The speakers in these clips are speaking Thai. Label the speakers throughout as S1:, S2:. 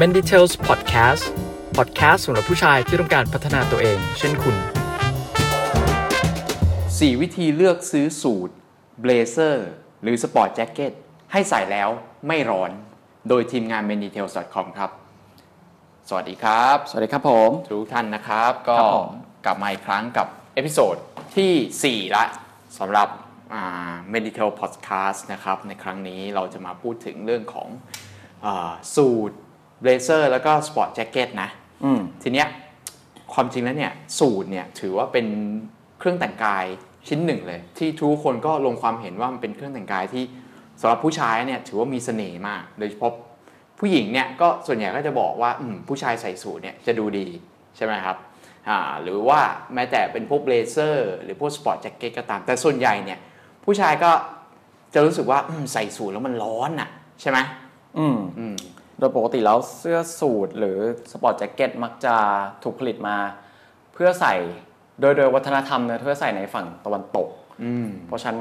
S1: m e n d i t a l s Podcast Podcast สำหรับผู้ชายที่ต้องการพัฒนาตัวเอง เช่นคุณ
S2: 4 วิธีเลือกซื้อสูทเบลเซอร์หรือสปอร์ตแจ็คเก็ตให้ใส่แล้วไม่ร้อน โดยทีมงาน m a n i t a i l s c o m ครับ สวัสดีครับ
S3: สวัสดีครับผม
S2: ทุกท่านนะครับ ก็
S3: ครับผม
S2: กลับมาอีกครั้งกับเอพิโซดที่ 4 ละสำหรับอ่า m e d i t a l Podcast นะครับ ในครั้งนี้เราจะมาพูดถึงเรื่องของอาสูทเบลเซอร์แล้วก็สปอร์ตแจ็คเก็ตนะ
S3: อืม
S2: ทีเนี้ยความจริงแล้วเนี่ยสูตรเนี่ยถือว่าเป็นเครื่องแต่งกายชิ้นหนึ่งเลย ที่ทุกคนก็ลงความเห็นว่ามันเป็นเครื่องแต่งกายที่สำหรับผู้ชายเนี่ยถือว่ามีเสน่ห์มาก โดยเฉพาะผู้หญิงเนี่ยก็ส่วนใหญ่ก็จะบอกว่าอืมผู้ชายใส่สูทเนี่ยจะดูดีใช่ไหมครับอ่าหรือว่าแม้แต่เป็นพวกเบลเซอร์หรือพวกสปอร์ตแจ็คเก็ตก็ตาม แต่ส่วนใหญ่เนี่ยผู้ชายก็จะรู้สึกว่าอืมใส่สูทแล้วมันร้อนอ่ะใช่ไหม
S3: อืม
S2: อืม
S3: โดยปกติแล้วเสื้อสูทหรือสปอร์ตแจ็คเก็ตมักจะถูกผลิตมา เพื่อใส่โดยโดยวัฒนธรรมนะเพื่อใส่ในฝั่งตะวันตก
S2: อืม
S3: เพราะฉะนัน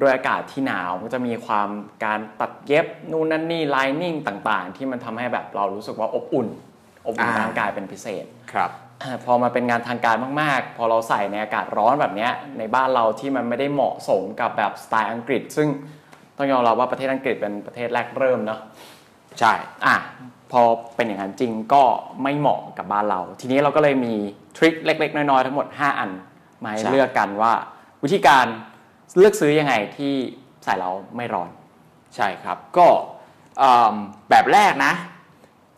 S3: ด้วยอากาศที่หนาวก็จะมีความการตัดเย็บนู่นนั่นนี่ไลนิ่งต่างๆ ที่มันทำให้แบบเรารู้สึกว่าอบอุ่น อบอุ่น
S2: อ่า
S3: ร่างกายเป็นพิเศษ
S2: ครับ
S3: อ่าพอมาเป็นงานทางการมาก ๆ พอเราใส่ในอากาศร้อนแบบเนี้ยในบ้านเราที่มันไม่ได้เหมาะสมกับแบบสไตล์อังกฤษ ซึ่งต้องยอมรับว่าประเทศอังกฤษเป็นประเทศแรกเริ่มเนาะ
S2: ใช่
S3: อ่ะพอเป็นอย่างนั้นจริงก็ไม่เหมาะกับบ้านเรา ทีนี้เราก็เลยมีทริคเล็ก ๆ น้อย ๆ ทั้งหมด 5 อัน มาให้
S2: ใช่
S3: เลือกกันว่า วิธีการเลือกซื้อยังไงที่ใส่แล้วไม่ร้อน
S2: ใช่ครับ ก็เอิ่มแบบแรกนะ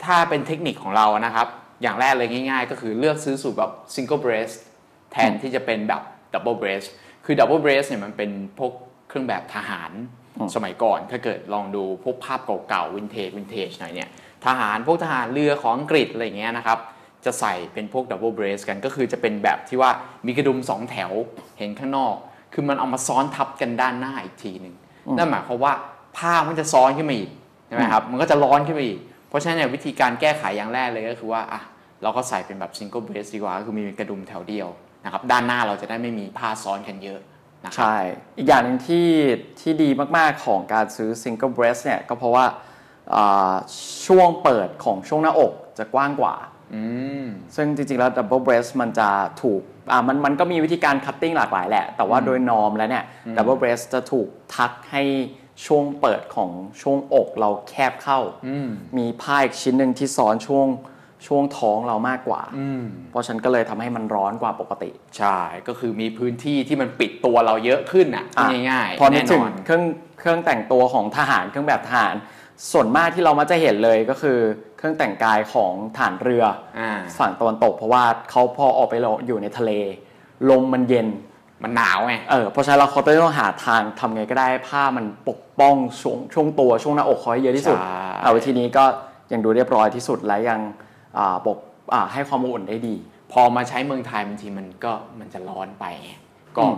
S2: ถ้าเป็นเทคนิคของเรานะครับ อย่างแรกเลยง่ายๆ ก็คือเลือกซื้อสูตรแบบ single breast แทนที่จะเป็นแบบ double breast คือ double breast เนี่ยมันเป็นพวกเครื่องแบบทหารสมัยก่อน ถ้าเกิดลองดูพวกภาพเก่าๆ วินเทจวินเทจหน่อยเนี่ย ทหารพวกทหารเรือของอังกฤษอะไรอย่างเงี้ยนะครับ จะใส่เป็นพวก double breast กันก็คือจะเป็นแบบที่ว่ามีกระดุมสองแถวเห็นข้างนอก คือมันเอามาซ้อนทับกันด้านหน้าอีกทีหนึ่งนั่นหมายความว่าผ้ามันจะซ้อนขึ้นมาอีกใช่ไหมครับมันก็จะร้อนขึ้นมาอีก เพราะฉะนั้นเนี่ยวิธีการแก้ไขอย่างแรกเลยก็คือว่าอ่ะเราก็ใส่เป็นแบบ single breast ดีกว่าก็คือมีกระดุมแถวเดียวนะครับด้านหน้าเราจะได้ไม่มีผ้าซ้อนกันเยอะนะครับ
S3: ใช่ อีกอย่างหนึ่งที่ที่ดีมากๆของการซื้อ single breast เนี่ยก็เพราะว่าอ่าช่วงเปิดของช่วงหน้าอกจะกว้างกว่า ซึ่งจริงๆแล้ว double breast มันจะถูกอ่ามันมันก็มีวิธีการ cutting หลากหลายแหละ แต่ว่าโดยนอมแล้วเนี่ย double breast จะถูกทักให้ช่วงเปิดของช่วงอกเราแคบเข้า มีผ้าอีกชิ้นหนึ่งที่ซ้อนช่วงช่วงท้องเรามากกว่า เพราะฉันก็เลยทำให้มันร้อนกว่าปกติ
S2: ใช่ ก็คือมีพื้นที่ที่มันปิดตัวเราเยอะขึ้นอ่ะ
S3: อ่ะ
S2: ง่ายๆ
S3: พอนึ
S2: แน่
S3: ก
S2: น
S3: ถึง
S2: อน
S3: เครื่องเครื่องแต่งตัวของทหารเครื่องแบบทหาร ส่วนมากที่เรามักจะเห็นเลยก็คือ เครื่องแต่งกายของฐานเรืออา ฝั่งตะวันตก เพราะว่าเขาพอออกไปเราอยู่ในทะเล ลมมันเย็น
S2: มันหนาวไง
S3: เออเพราะฉะนั้นเราเขาต้องหาทางทำไงก็ได้ให้ผ้ามันปกป้องช่วงช่วงตัวช่วงหน้าอกเขาให้เยอะที่สุด
S2: ใช่
S3: เอาวิธีนี้ก็ยังดูเรียบร้อยที่สุดและยังอ่าปกอ่าให้ความอบอุ่นได้ดี
S2: พอมาใช้เมืองไทยบางทีมันก็มันจะร้อนไปไงก็
S3: อืม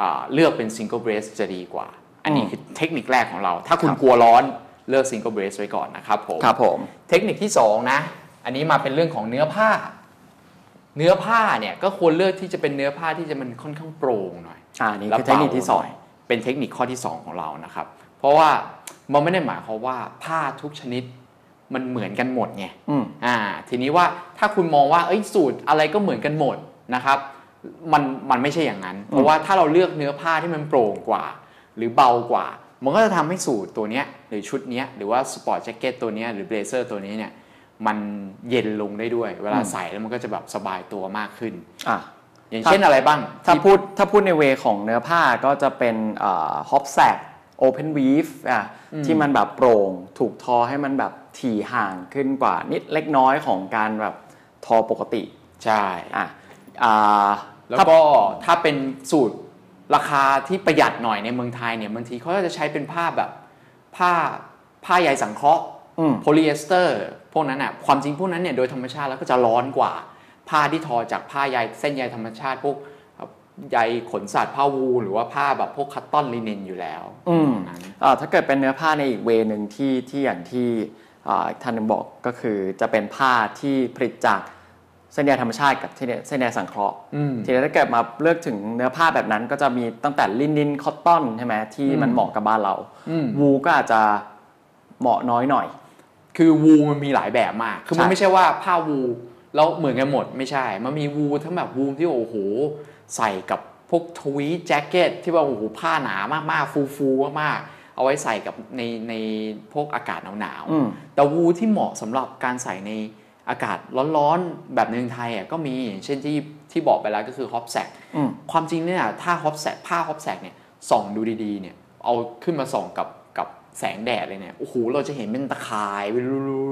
S2: อ่าเลือกเป็น single breast จะดีกว่า อันนี้
S3: อืม
S2: คือเทคนิคแรกของเรา ถ้าคุณกลัวร้อนเลือก single breast ไว้ก่อนนะครับผม
S3: ครับผม
S2: เทคนิคที่สองนะ อันนี้มาเป็นเรื่องของเนื้อผ้า เนื้อผ้าเนี่ยก็ควรเลือกที่จะเป็นเนื้อผ้าที่จะมันค่อนข้างโปร่งหน่อย
S3: อ่านี่
S2: และ
S3: คือเทคนิคที่สอง
S2: เบาหน่ยเป็นเทคนิคข้อที่สองของเรานะครับ เพราะว่ามันไม่ได้หมายความว่าผ้าทุกชนิดมันเหมือนกันหมดไง
S3: อืม
S2: อ่าทีนี้ว่าถ้าคุณมองว่าเอ้ยสูตรอะไรก็เหมือนกันหมดนะครับมันมันไม่ใช่อย่างนั้น เพราะว่าถ้าเราเลือกเนื้อผ้าที่มันโปร่งกว่า หรือเบากว่า มันก็จะทำให้สูตรตัวเนี้ยหรือชุดเนี้ยหรือว่าสปอร์ตแจ็คเก็ตตัวเนี้ยหรือเบลเซอร์ตัวนี้เนี่ยมันเย็นลงได้ด้วย เวลาใส่แล้วมันก็จะแบบสบายตัวมากขึ้น
S3: อ่ะ
S2: อย่างเช่นอะไรบ้าง
S3: ถ้า
S2: ที่
S3: พูดถ้าพูดในเวของเนื้อผ้าก็จะเป็นฮอปแซกโอเพนวีฟอ่ะที่มันแบบโปร่งถูกทอให้มันแบบถี่ห่างขึ้นกว่านิดเล็กน้อยของการแบบทอปกติ
S2: ใช่
S3: อ่ะอ่า
S2: แล้ว
S3: ถ้า
S2: ก็ถ้าเป็นสูตรราคาที่ประหยัดหน่อยในเมืองไทยเนี่ยบางทีเขาก็จะใช้เป็นผ้าแบบผ้าผ้าใยสังเคราะห์
S3: อืม
S2: โพลีเอสเตอร์พวกนั้นอ่ะความจริงพวกนั้นเนี่ยโดยธรรมชาติแล้วก็จะร้อนกว่า ผ้าที่ทอจากผ้าใยเส้นใยธรรมชาติ พวกใยขนสัตว์ผ้าวูลหรือว่าผ้าแบบพวกคัตตอนลินินอยู่แล้ว
S3: อืม
S2: นั้น
S3: อ่าถ้าเกิดเป็นเนื้อผ้าในอีกเวหนึ่งที่ที่อย่างที่อ่าอีกท่านหนึงบอกก็คือจะเป็นผ้าที่ผลิตจากเส้นใยธรรมชาติกับเส้นใยเส้นใยสังเคราะห์
S2: อืม
S3: ทีนี้ถ้าเกิดมาเลือกถึงเนื้อผ้าแบบนั้นก็จะมีตั้งแต่ลินลินคอตตอนใช่ไหมที่มันเหมาะกับบ้านเรา
S2: อืม
S3: วูก็อาจจะเหมาะน้อยหน่อย
S2: คือวูมันมีหลายแบบมาก คือมัน
S3: ใช่
S2: ไม่ใช่ว่าผ้าวูแล้วเหมือนกันหมดไม่ใช่ มันมีวูทั้งแบบวูที่โอ้โห ใส่กับพวกทวีตแจ็คเก็ตที่ว่าโอ้โหผ้าหนามากๆ ฟูฟูๆมากๆ เอาไว้ใส่กับในในพวกอากาศหนาว
S3: อืม
S2: ๆแต่วูที่เหมาะสำหรับการใส่ในอากาศร้อนๆ แบบในเมืองไทยอ่ะก็มีเช่นที่ที่บอกไปแล้วก็คือฮอปแซก
S3: อืม
S2: ความจริงเนี่ยถ้าฮอปแสกผ้าฮอปแสกเนี่ยส่องดูดีๆเนี่ยเอาขึ้นมาส่องกับกับแสงแดดเลยเนี่ยโอ้โหเราจะเห็นเป็นตะข่ายเป็น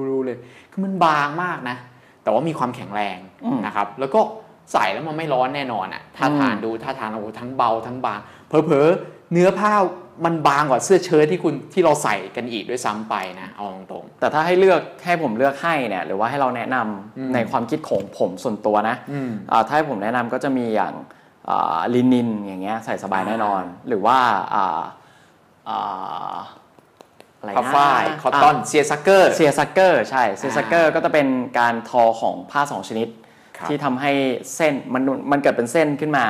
S2: รูๆๆเลยคือมันบางมากนะ แต่ว่ามีความแข็งแรง
S3: อืม
S2: นะครับ แล้วก็ใส่แล้วมันไม่ร้อนแน่นอนอะ่ะถ้า
S3: อืม
S2: ทานดูถ้าทานโอ้โหทั้งเบาทั้งบางเผลอๆเนื้อผ้ามันบางกว่าเสื้อเชิ้ตที่คุณที่เราใส่กันอีกด้วยซ้ำไปนะเอาตรง
S3: แต่ถ้าให้เลือกให้ผมเลือกให้เนี่ยหรือว่าให้เราแนะนำ
S2: อืม
S3: ในความคิดของผมส่วนตัวนะ
S2: ๆอืม
S3: อ่าถ้าให้ผมแนะนำก็จะมีอย่างอ่าลินินอย่างเงี้ยใส่สบายแน่นอน หรือว่าอ่าอ่าอะไรนะ
S2: ผ้าฝ้ายคอตตอนเซียซักเกอร์
S3: เซียซักเกอร์ใช่เซียซักเกอร์ก็จะเป็นการทอของผ้าสองชนิด
S2: ครับ
S3: ที่ทำให้เส้นมันมันเกิดเป็นเส้นขึ้นมา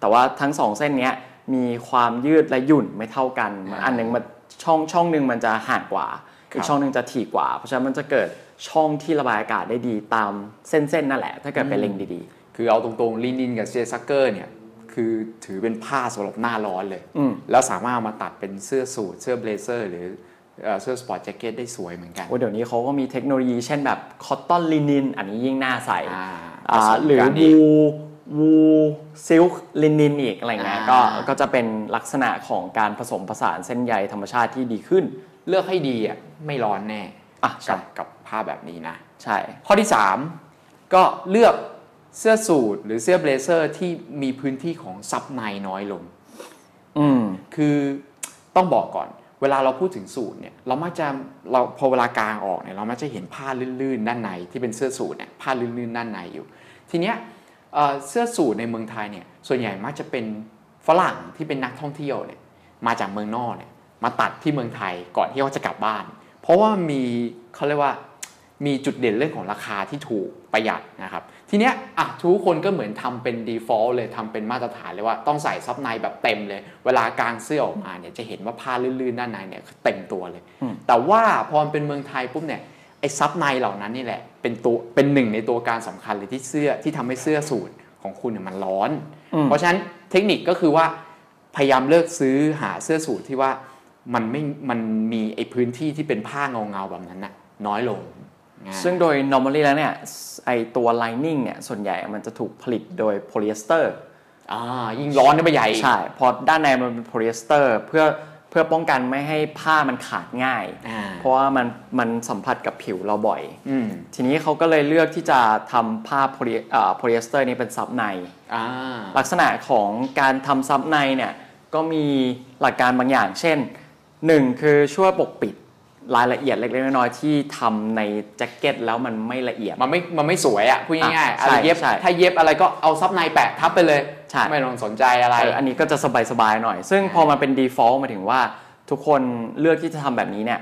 S3: แต่ว่าทั้งสองเส้นเนี้ยมีความยืดและหยุ่นไม่เท่ากัน
S2: อ่า
S3: อันหนึงมันช่องช่องหนึ่งมันจะห่างกว่า
S2: ครับ
S3: อีกช่องหนึ่งจะถี่กว่า เพราะฉะนั้นมันจะเกิดช่องที่ระบายอากาศได้ดีตามเส้นเส้นๆนั่นแหละ ถ้าเกิดไป
S2: อืม
S3: เล็งดี
S2: คือเอาตรงๆลินินกับเซียซักเกอร์เนี่ยคือถือเป็นผ้าสำหรับหน้าร้อนเลย
S3: ๆ อืม
S2: แล้วสามารถเอามาตัดเป็นเสื้อสูทเสื้อเบลเซอร์ หรือเอ่อเสื้อสปอร์ตแจ็คเก็ตได้สวยเหมือนกัน
S3: โอ้เดี๋ยวนี้เขาก็มีเทคโนโลยีเช่นแบบคอตตอนลินินอันนี้ยิ่งน่าใส่
S2: อ่า
S3: อ่า
S2: ผสม
S3: หรือ
S2: กัน
S3: วู
S2: ก
S3: วูซิลค์ลินินอีกอะไรเงี้ย
S2: อ่า
S3: ก็ก็จะเป็นลักษณะของการผสมผสานเส้นใยธรรมชาติที่ดีขึ้น
S2: เลือกให้ดีอ่ะไม่ร้อนแน่
S3: อ่ะใช่
S2: กับกับผ้าแบบนี้นะ
S3: ใช่
S2: ข้อที่ 3 ก็เลือกเสื้อสูทหรือเสื้อเบลเซอร์ที่มีพื้นที่ของซับในน้อยลง
S3: อืม
S2: คือต้องบอกก่อน เวลาเราพูดถึงสูตรเนี่ยเรามักจะเราพอเวลากลางออกเนี่ยเรามักจะเห็นผ้าลื่นๆด้านในที่เป็นเสื้อสูทเนี่ยผ้าลื่นๆด้านในอยู่ ทีเนี้ยเอ่อเสื้อสูทในเมืองไทยเนี่ยส่วนใหญ่มักจะเป็นฝรั่งที่เป็นนักท่องเที่ยวเนี่ยมาจากเมืองนอกเนี่ยมาตัดที่เมืองไทยก่อนที่เขาจะกลับบ้าน เพราะว่ามีเขาเรียกว่า มีจุดเด่นเรื่องของราคาที่ถูกประหยัดนะครับ ทีเนี้ยอ่ะทุกคนก็เหมือนทำเป็น default เลยทำเป็นมาตรฐานเลยว่าต้องใส่ซับในแบบเต็มเลย เวลากางเสื้อออกมาเนี่ยจะเห็นว่าผ้าลื่นๆด้านในเนี่ยคือเต็มตัวเลย
S3: อืม
S2: แต่ว่าพอมันเป็นเมืองไทยปุ๊บเนี่ยไอ้ซับในเหล่านั้นนี่แหละเป็นตัวเป็นหนึ่งในตัวการสำคัญเลยที่เสื้อที่ทำให้เสื้อสูทของคุณเนี่ยมันร้อน
S3: อืม
S2: เพราะฉะนั้นเทคนิคก็คือว่าพยายามเลือกซื้อหาเสื้อสูทที่ว่ามันไม่มันมีไอ้พื้นที่ที่เป็นผ้าเงาๆแบบนั้นน่ะน้อยลงอ่า
S3: ซึ่งโดย normally แล้วเนี่ย ไอตัว lining เนี่ย ส่วนใหญ่มันจะถูกผลิตโดยโพลีเอสเตอร์
S2: อ่ายิ่งร้อนนี่ไปใหญ่อีก
S3: ใช่ เพอด้านในมันเป็นโพลีเอสเตอร์เพื่อเพื่อป้องกันไม่ให้ผ้ามันขาดง่าย
S2: อ่า
S3: เพราะว่ามันมันสัมผัสกับผิวเราบ่อย
S2: อืม
S3: ทีนี้เขาก็เลยเลือกที่จะทำผ้าโพลีเอ่อโพลีเอสเตอร์นี่เป็นซับใน
S2: อ่า
S3: ลักษณะของการทำซับในเนี่ยก็มีหลักการบางอย่าง เช่นหนึ่งคือช่วยปกปิดรายละเอียดเล็กๆน้อยๆที่ทำในแจ็คเก็ตแล้วมันไม่ละเอียด
S2: มันไม่ มันไม่สวยอ่ะพูดง่ายๆ
S3: อ่ะ
S2: อะไร
S3: ใช่
S2: เย็บ
S3: ใช่
S2: ถ้าเย็บอะไรก็เอาซับในแปะทับไปเลย
S3: ใช่
S2: ไม่ต้องสนใจอะไร
S3: เอออันนี้ก็จะสบายๆหน่อย ซึ่ง
S2: อ่า
S3: พอมาเป็น default หมายถึงว่าทุกคนเลือกที่จะทำแบบนี้เนี่ย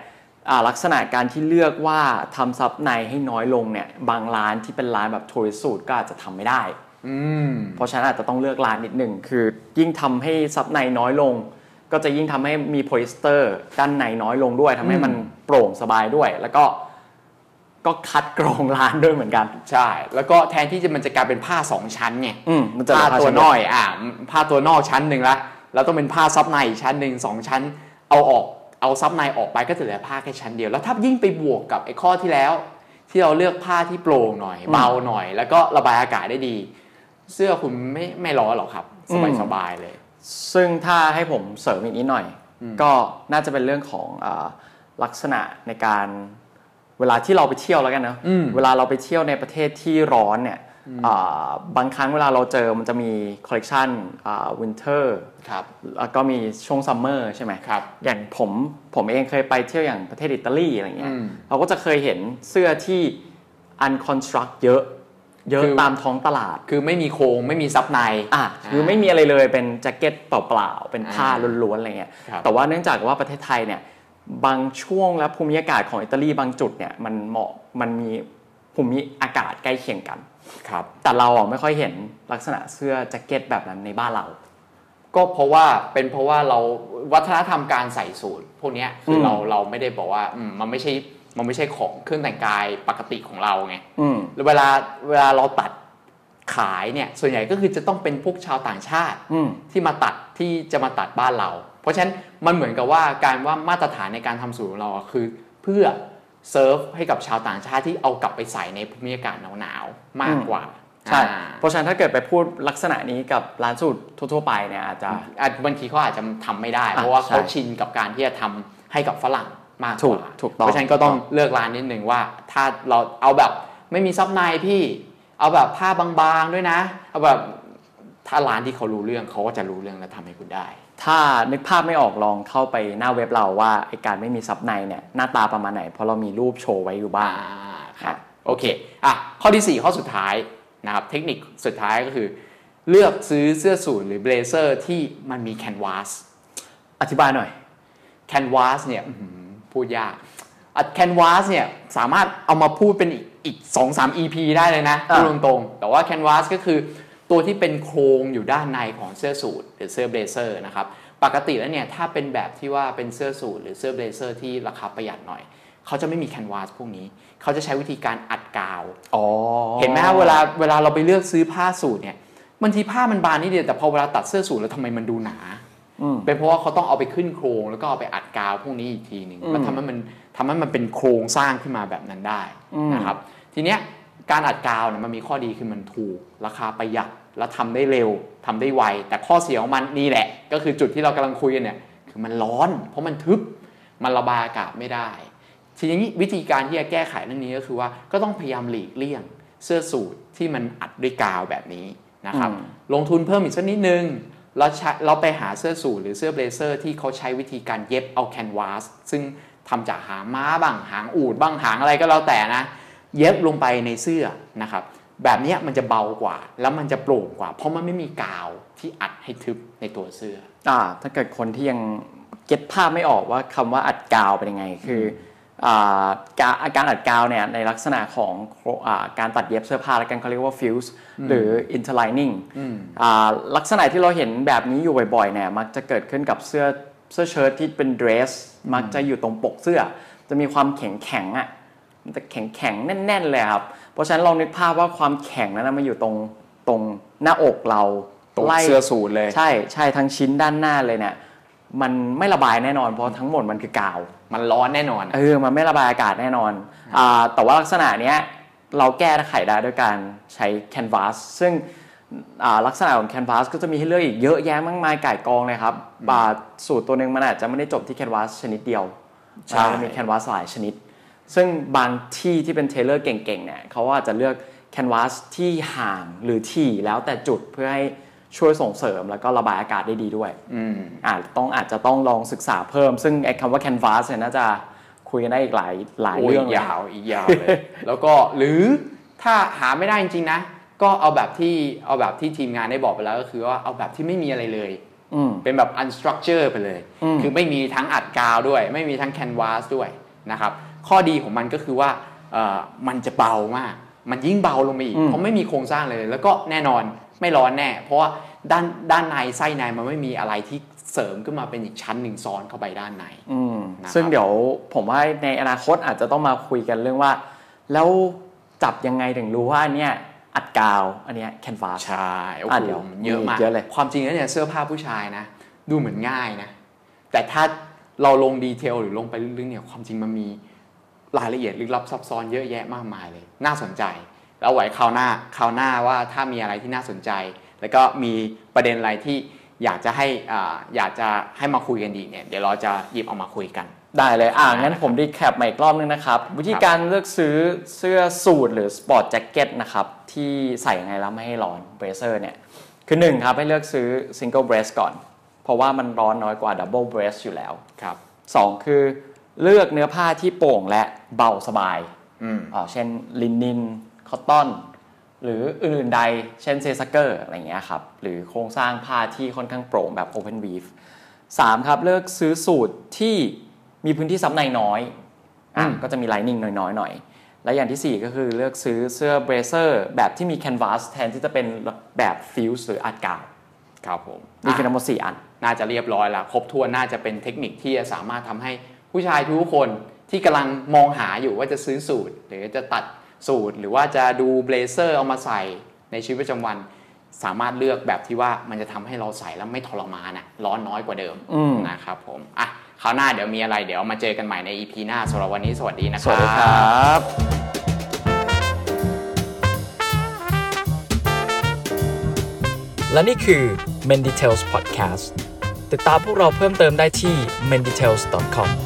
S3: อ่าลักษณะการที่เลือกว่าทำซับในให้น้อยลงเนี่ยบางร้านที่เป็นร้านแบบทัวริสูตก็อาจจะทำไม่ได้
S2: อืม
S3: เพราะฉะนั้นอาจจะต้องเลือกร้านนิดหนึ่งคือ ยิ่งทำให้ซับในน้อยลง ก็จะยิ่งทำให้มีโพลิสเตอร์ด้านในน้อยลงด้วยทำให้มันโปร่งสบายด้วย แล้วก็ก็คัดกรองร้านด้วยเหมือนกัน
S2: ใช่ แล้วก็แทนที่จะมันจะกลายเป็นผ้าสองชั้นไง
S3: อืมมันจะ
S2: ผ้า
S3: ราคา
S2: ตัว
S3: เฉ
S2: น
S3: ลี่ย
S2: อยอ่าผ้าตัวนอกชั้นหนึ่งละ แล้วต้องเป็นผ้าซับในอีกชั้นหนึ่งสองชั้น เอาออก เอาซับในออกไปก็จะเหลือผ้าแค่ชั้นเดียว แล้วถ้ายิ่งไปบวกกับไอ้ข้อที่แล้ว ที่เราเลือกผ้าที่โปร่งหน่อย เบาหน่อย แล้วก็ระบายอากาศได้ดี เสื้อคุณไม่ไม่ร้อนหรอกครับ
S3: อื
S2: ส
S3: ม
S2: บายสบายๆเลย
S3: ซึ่งถ้าให้ผมเสริมอีกนิดหน่อย ก็น่าจะเป็นเรื่องของอาลักษณะในการเวลาที่เราไปเที่ยวแล้วกันเนอะ
S2: อืม
S3: เวลาเราไปเที่ยวในประเทศที่ร้อนเนี่ยอ่าบางครั้งเวลาเราเจอมันจะมีคอลเลกชันวินเทอร์
S2: ครับ
S3: แล้วก็มีช่วงซัมเมอร์ใช่ไหม
S2: ครับ
S3: อย่างผมผมเองเคยไปเที่ยวอย่างประเทศอิตาลีอะไรเงี้ย
S2: อืม
S3: เราก็จะเคยเห็นเสื้อที่อันคอนสตรักเยอะ เยอะ
S2: คือ
S3: ตามท้องตลาด
S2: คือไม่มีโครงไม่มีซับใน
S3: อ่ะคือไม่มีอะไรเลยเป็นแจ็คเก็ตเปล่าๆ เป็นผ้าล้วนๆอะไรเงี้ย
S2: ครับ
S3: แต่ว่าเนื่องจากว่าประเทศไทยเนี่ยบางช่วงและภูมิอากาศของอิตาลีบางจุดเนี่ยมันเหมาะมันมีภูมิอากาศใกล้เคียงกัน
S2: ครับ
S3: แต่เราอ่ะไม่ค่อยเห็นลักษณะเสื้อแจ็คเก็ตแบบนั้นในบ้านเรา
S2: ก็เพราะว่าเป็นเพราะว่าเราวัฒนธรรมการใส่สูตรพวกเนี้ยคืออ
S3: ม
S2: เราเราไม่ได้บอกว่าอืมมันไม่ใช่ มันไม่ใช่ของเครื่องแต่งกายปกติของเราไง
S3: อืม
S2: เวลาเวลาเราตัดขายเนี่ยส่วนใหญ่ก็คือจะต้องเป็นพวกชาวต่างชาติ
S3: อืม
S2: ที่มาตัดที่จะมาตัดบ้านเรา เพราะฉะนั้นมันเหมือนกับว่าการว่ามาตรฐานในการทำสูตรของเราอะคือ เพื่อเซิร์ฟให้กับชาวต่างชาติที่เอากลับไปใส่ในภูมิอากาศหนาวๆมากกว่า
S3: ใช่
S2: อ่า
S3: เพราะฉะนั้นถ้าเกิดไปพูดลักษณะนี้กับร้านสูตรทั่วๆไปเนี่ยอาจจะ
S2: อาจบางทีเขาอาจจะทำไม่ได้ เพราะว่า
S3: อ่ะใช่
S2: เขาชินกับการที่จะทำให้กับฝรั่งมากก
S3: ถูก
S2: ว่า
S3: ถูกต้อง
S2: เพราะฉะนั้นก็ต้องเลือกร้านนิดนึงว่า ถ้าเราเอาแบบไม่มีซับในพี่ เอาแบบผ้าบางๆด้วยนะ เอาแบบ ถ้าร้านที่เขารู้เรื่องเขาก็จะรู้เรื่องและทำให้คุณได้
S3: ถ้านึกภาพไม่ออกลองเข้าไปหน้าเว็บเราว่าไอการไม่มีซับในเนี่ยหน้าตาประมาณไหน เพราะเรามีรูปโชว์ไว้อยู่บ้า
S2: อ่าง ครับโอเคอ่ะข้อที่ 4 ข้อสุดท้ายนะครับเทคนิคสุดท้ายก็คือ เลือกซื้อเสื้อสูทหรือเบลเซอร์ที่มันมีแคนวาส
S3: อธิบายหน่อย
S2: แคนวาสเนี่ยอื้อหือพูดยากแคนวาสเนี่ยสามารถเอามาพูดเป็นอีกอีกสองสาม EP ได้เลยนะพูด
S3: อ่า
S2: ตรงๆแต่ว่าแคนวาสก็คือตัวที่เป็นโครงอยู่ด้านในของเสื้อสูทหรือเสื้อเบลเซอร์นะครับปกติแล้วเนี่ยถ้าเป็นแบบที่ว่าเป็นเสื้อสูทหรือเสื้อเบลเซอร์ที่ราคาประหยัดหน่อย เขาจะไม่มีแคนวาสพวกนี้ เขาจะใช้วิธีการอัดกาว
S3: อ๋อ
S2: เห็นไหมฮะเวลาเวลาเราไปเลือกซื้อผ้าสูทเนี่ยบางทีผ้ามันบางนิดเดียวแต่พอเวลาตัดเสื้อสูทแล้วทำไมมันดูหนา
S3: อืม
S2: เป็นเพราะว่าเขาต้องเอาไปขึ้นโครงแล้วก็เอาไปอัดกาวพวกนี้อีกทีหนึ่ง
S3: อืม
S2: มันทำให้มันทำให้มันเป็นโครงสร้างขึ้นมาแบบนั้นได้นะครับทีเนี้ยการอัดกาวเนี่ยมันมีข้อดีคือมันถูกราคาประหยัดแล้วทำได้เร็วทำได้ไว แต่ข้อเสียของมันนี่แหละ ก็คือจุดที่เรากำลังคุยกันเนี่ยคือมันร้อน เพราะมันทึบมันระบายอากาศไม่ได้ ทีนี้วิธีการที่จะแก้ไขเรื่องนี้ก็คือว่าก็ต้องพยายามหลีกเลี่ยงเสื้อสูทที่มันอัดด้วยกาวแบบนี้นะครับ
S3: อืม
S2: ลงทุนเพิ่มอีกสักนิดนึงเราใช้เราไปหาเสื้อสูทหรือเสื้อเบลเซอร์ที่เขาใช้วิธีการเย็บเอาแคนวาสซึ่งทำจากหางม้าบ้างหางอูดบ้างหางอะไรก็แล้วแต่นะ เย็บลงไปในเสื้อนะครับ แบบเนี้ยมันจะเบากว่า แล้วมันจะโปร่งกว่า เพราะมันไม่มีกาวที่อัดให้ทึบในตัวเสื้อ
S3: อ่าถ้าเกิดคนที่ยังเก็ตภาพไม่ออกว่าคำว่าอัดกาวเป็นยังไง คืออ่ากาอาการอัดกาวเนี่ยในลักษณะของโครอ่าการตัดเย็บเสื้อผ้าแล้วกันเขาเรียกว่า fuse หรือ interlining อ่าลักษณะที่เราเห็นแบบนี้อยู่บ่อยๆเนี่ยมักจะเกิดขึ้นกับเสื้อเสื้อเชิ้ตที่เป็น dress มักจะอยู่ตรงปกเสื้อ จะมีความแข็งแข็งๆอ่ะมันจะแข็งแข็งๆแน่น ๆ เลยครับ เพราะฉะนั้นลองนึกภาพว่าความแข็งนั้นนะมันอยู่ตรงตรงหน้าอกเรา
S2: ตรง
S3: ไล่
S2: เสื้อสูทเลย
S3: ใช่ใช่ทั้งชิ้นด้านหน้าเลยเนี่ยมันไม่ระบายแน่นอนเพราะทั้งหมดมันคือกาว
S2: มันร้อนแน่นอน
S3: เออมันไม่ระบายอากาศแน่นอนอ่าแต่ว่าลักษณะเนี้ยเราแก้ไขได้ด้วยการใช้แคนวาสซึ่งอ่าลักษณะของแคนวาสก็จะมีให้เลือกอีกเยอะแยะมากมายก่ายกองเลยครับบาสูตรตัวหนึ่งมันอาจจะไม่ได้จบที่แคนวาสชนิดเดียวนะมันมีแคนวาสหลายชนิด ซึ่งบางที่ที่เป็นเทเลอร์เก่งๆเนี่ยเขาก็อาจจะเลือกแคนวาสที่ห่างหรือที่แล้วแต่จุดเพื่อให้ช่วยส่งเสริมแล้วก็ระบายอากาศได้ดีด้วย
S2: อืม
S3: อาจต้องอาจจะต้องลองศึกษาเพิ่ม ซึ่งไอ้คำว่าแคนวาสเนี่ยน่าจะคุยกันได้อีกหลายหลาย
S2: โอ้ย
S3: เรื่องเลย
S2: ยาวอีกยาวเลย แล้วก็หรือถ้าหาไม่ได้จริงๆนะ ก็เอาแบบที่เอาแบบที่ทีมงานได้บอกไปแล้วก็คือว่าเอาแบบที่ไม่มีอะไรเลย
S3: อืม
S2: เป็นแบบ unstructured ไปเลย
S3: อืม
S2: คือไม่มีทั้งอัดกาวด้วย ไม่มีทั้ง canvas ด้วยนะครับ ข้อดีของมันก็คือว่าเอ่อมันจะเบามาก มันยิ่งเบาลงไปอีก เพราะไม่มีโครงสร้างเลย แล้วก็แน่นอนไม่ร้อนแน่ เพราะว่าด้านด้านในไส้ในมันไม่มีอะไรที่เสริมขึ้นมาเป็นอีกชั้นหนึ่งซ้อนเข้าไปด้านใน
S3: อืม
S2: นะครับ
S3: ซึ่งเดี๋ยวผมว่าในอนาคตอาจจะต้องมาคุยกันเรื่องว่า แล้วจับยังไงถึงรู้ว่าอันเนี้ยอัดกาวอันเนี้ยแคนวาส
S2: ใช่โอ้
S3: อ่ะ
S2: โห
S3: เดี๋ยว
S2: มันเยอะมาก
S3: มีอีกเยอะเลย
S2: ความจริงแล้วเนี่ยเสื้อผ้าผู้ชายนะ ดูเหมือนง่ายนะ แต่ถ้าเราลงดีเทลหรือลงไปลึกๆเนี่ยความจริงมันมีรายละเอียดลึกลับซับซ้อนเยอะแยะมากมายเลย น่าสนใจ แล้วไว้คราวหน้าคราวหน้าว่าถ้ามีอะไรที่น่าสนใจ แล้วก็มีประเด็นอะไรที่อยากจะให้อ่าอยากจะให้มาคุยกันอีกเนี่ยเดี๋ยวเราจะหยิบเอามาคุยกัน
S3: ได้เลย อ่างั้นผมรีแคปใหม่อีกรอบนึงนะครับ วิธีการเลือกซื้อเสื้อสูทหรือสปอร์ตแจ็คเก็ตนะครับ ที่ใส่ยังไงแล้วไม่ให้ร้อนเบรเซอร์เนี่ย คือหนึ่งครับ ให้เลือกซื้อซิงเกิลเบรสก่อน เพราะว่ามันร้อนน้อยกว่าดับเบิลเบรสอยู่แล้ว
S2: ครับ
S3: สองคือเลือกเนื้อผ้าที่โปร่งและเบาสบาย
S2: อืม
S3: อ่าเช่นลินินคอตตอน หรืออื่นๆใด เช่นเซซักเกอร์อะไรอย่างเงี้ยครับ หรือโครงสร้างผ้าที่ค่อนข้างโปร่งแบบ Open Weave สามครับ เลือกซื้อสูตรที่มีพื้นที่ซับในน้อยอ่ะ
S2: อืม
S3: ก็จะมีไลนิ่งน้อยๆหน่อย และอย่างที่ 4 ก็คือเลือกซื้อเสื้อเบรเซอร์แบบที่มีแคนวาสแทนที่จะเป็นแบบฟิวส์หรืออัดกาว
S2: ครับผม
S3: นี่คือ
S2: อ่ะ
S3: ทั้งหมดสี่อัน
S2: น่าจะเรียบร้อยละครบถ้วนน่าจะเป็นเทคนิคที่จะสามารถทำให้ผู้ชายทุกคน ที่กำลังมองหาอยู่ว่าจะซื้อสูตร หรือจะตัดสูตร หรือว่าจะดูเบลเซอร์เอามาใส่ในชีวิตประจำวัน สามารถเลือกแบบที่ว่ามันจะทำให้เราใส่แล้วไม่ทรมานอะร้อนน้อยกว่าเดิม
S4: อืม
S2: นะครับผมอ่ะคราวหน้าเดี๋ยวมีอะไรเดี๋ยวมาเจอกันใหม่ใน EP หน้าสำหรับวันนี้สวัสดีนะค
S4: ส
S2: รับ
S4: วัสดีครับ
S3: และนี่คือ Menditales Podcast ติดตามพวกเราเพิ่มเติมได้ที่ menditales.com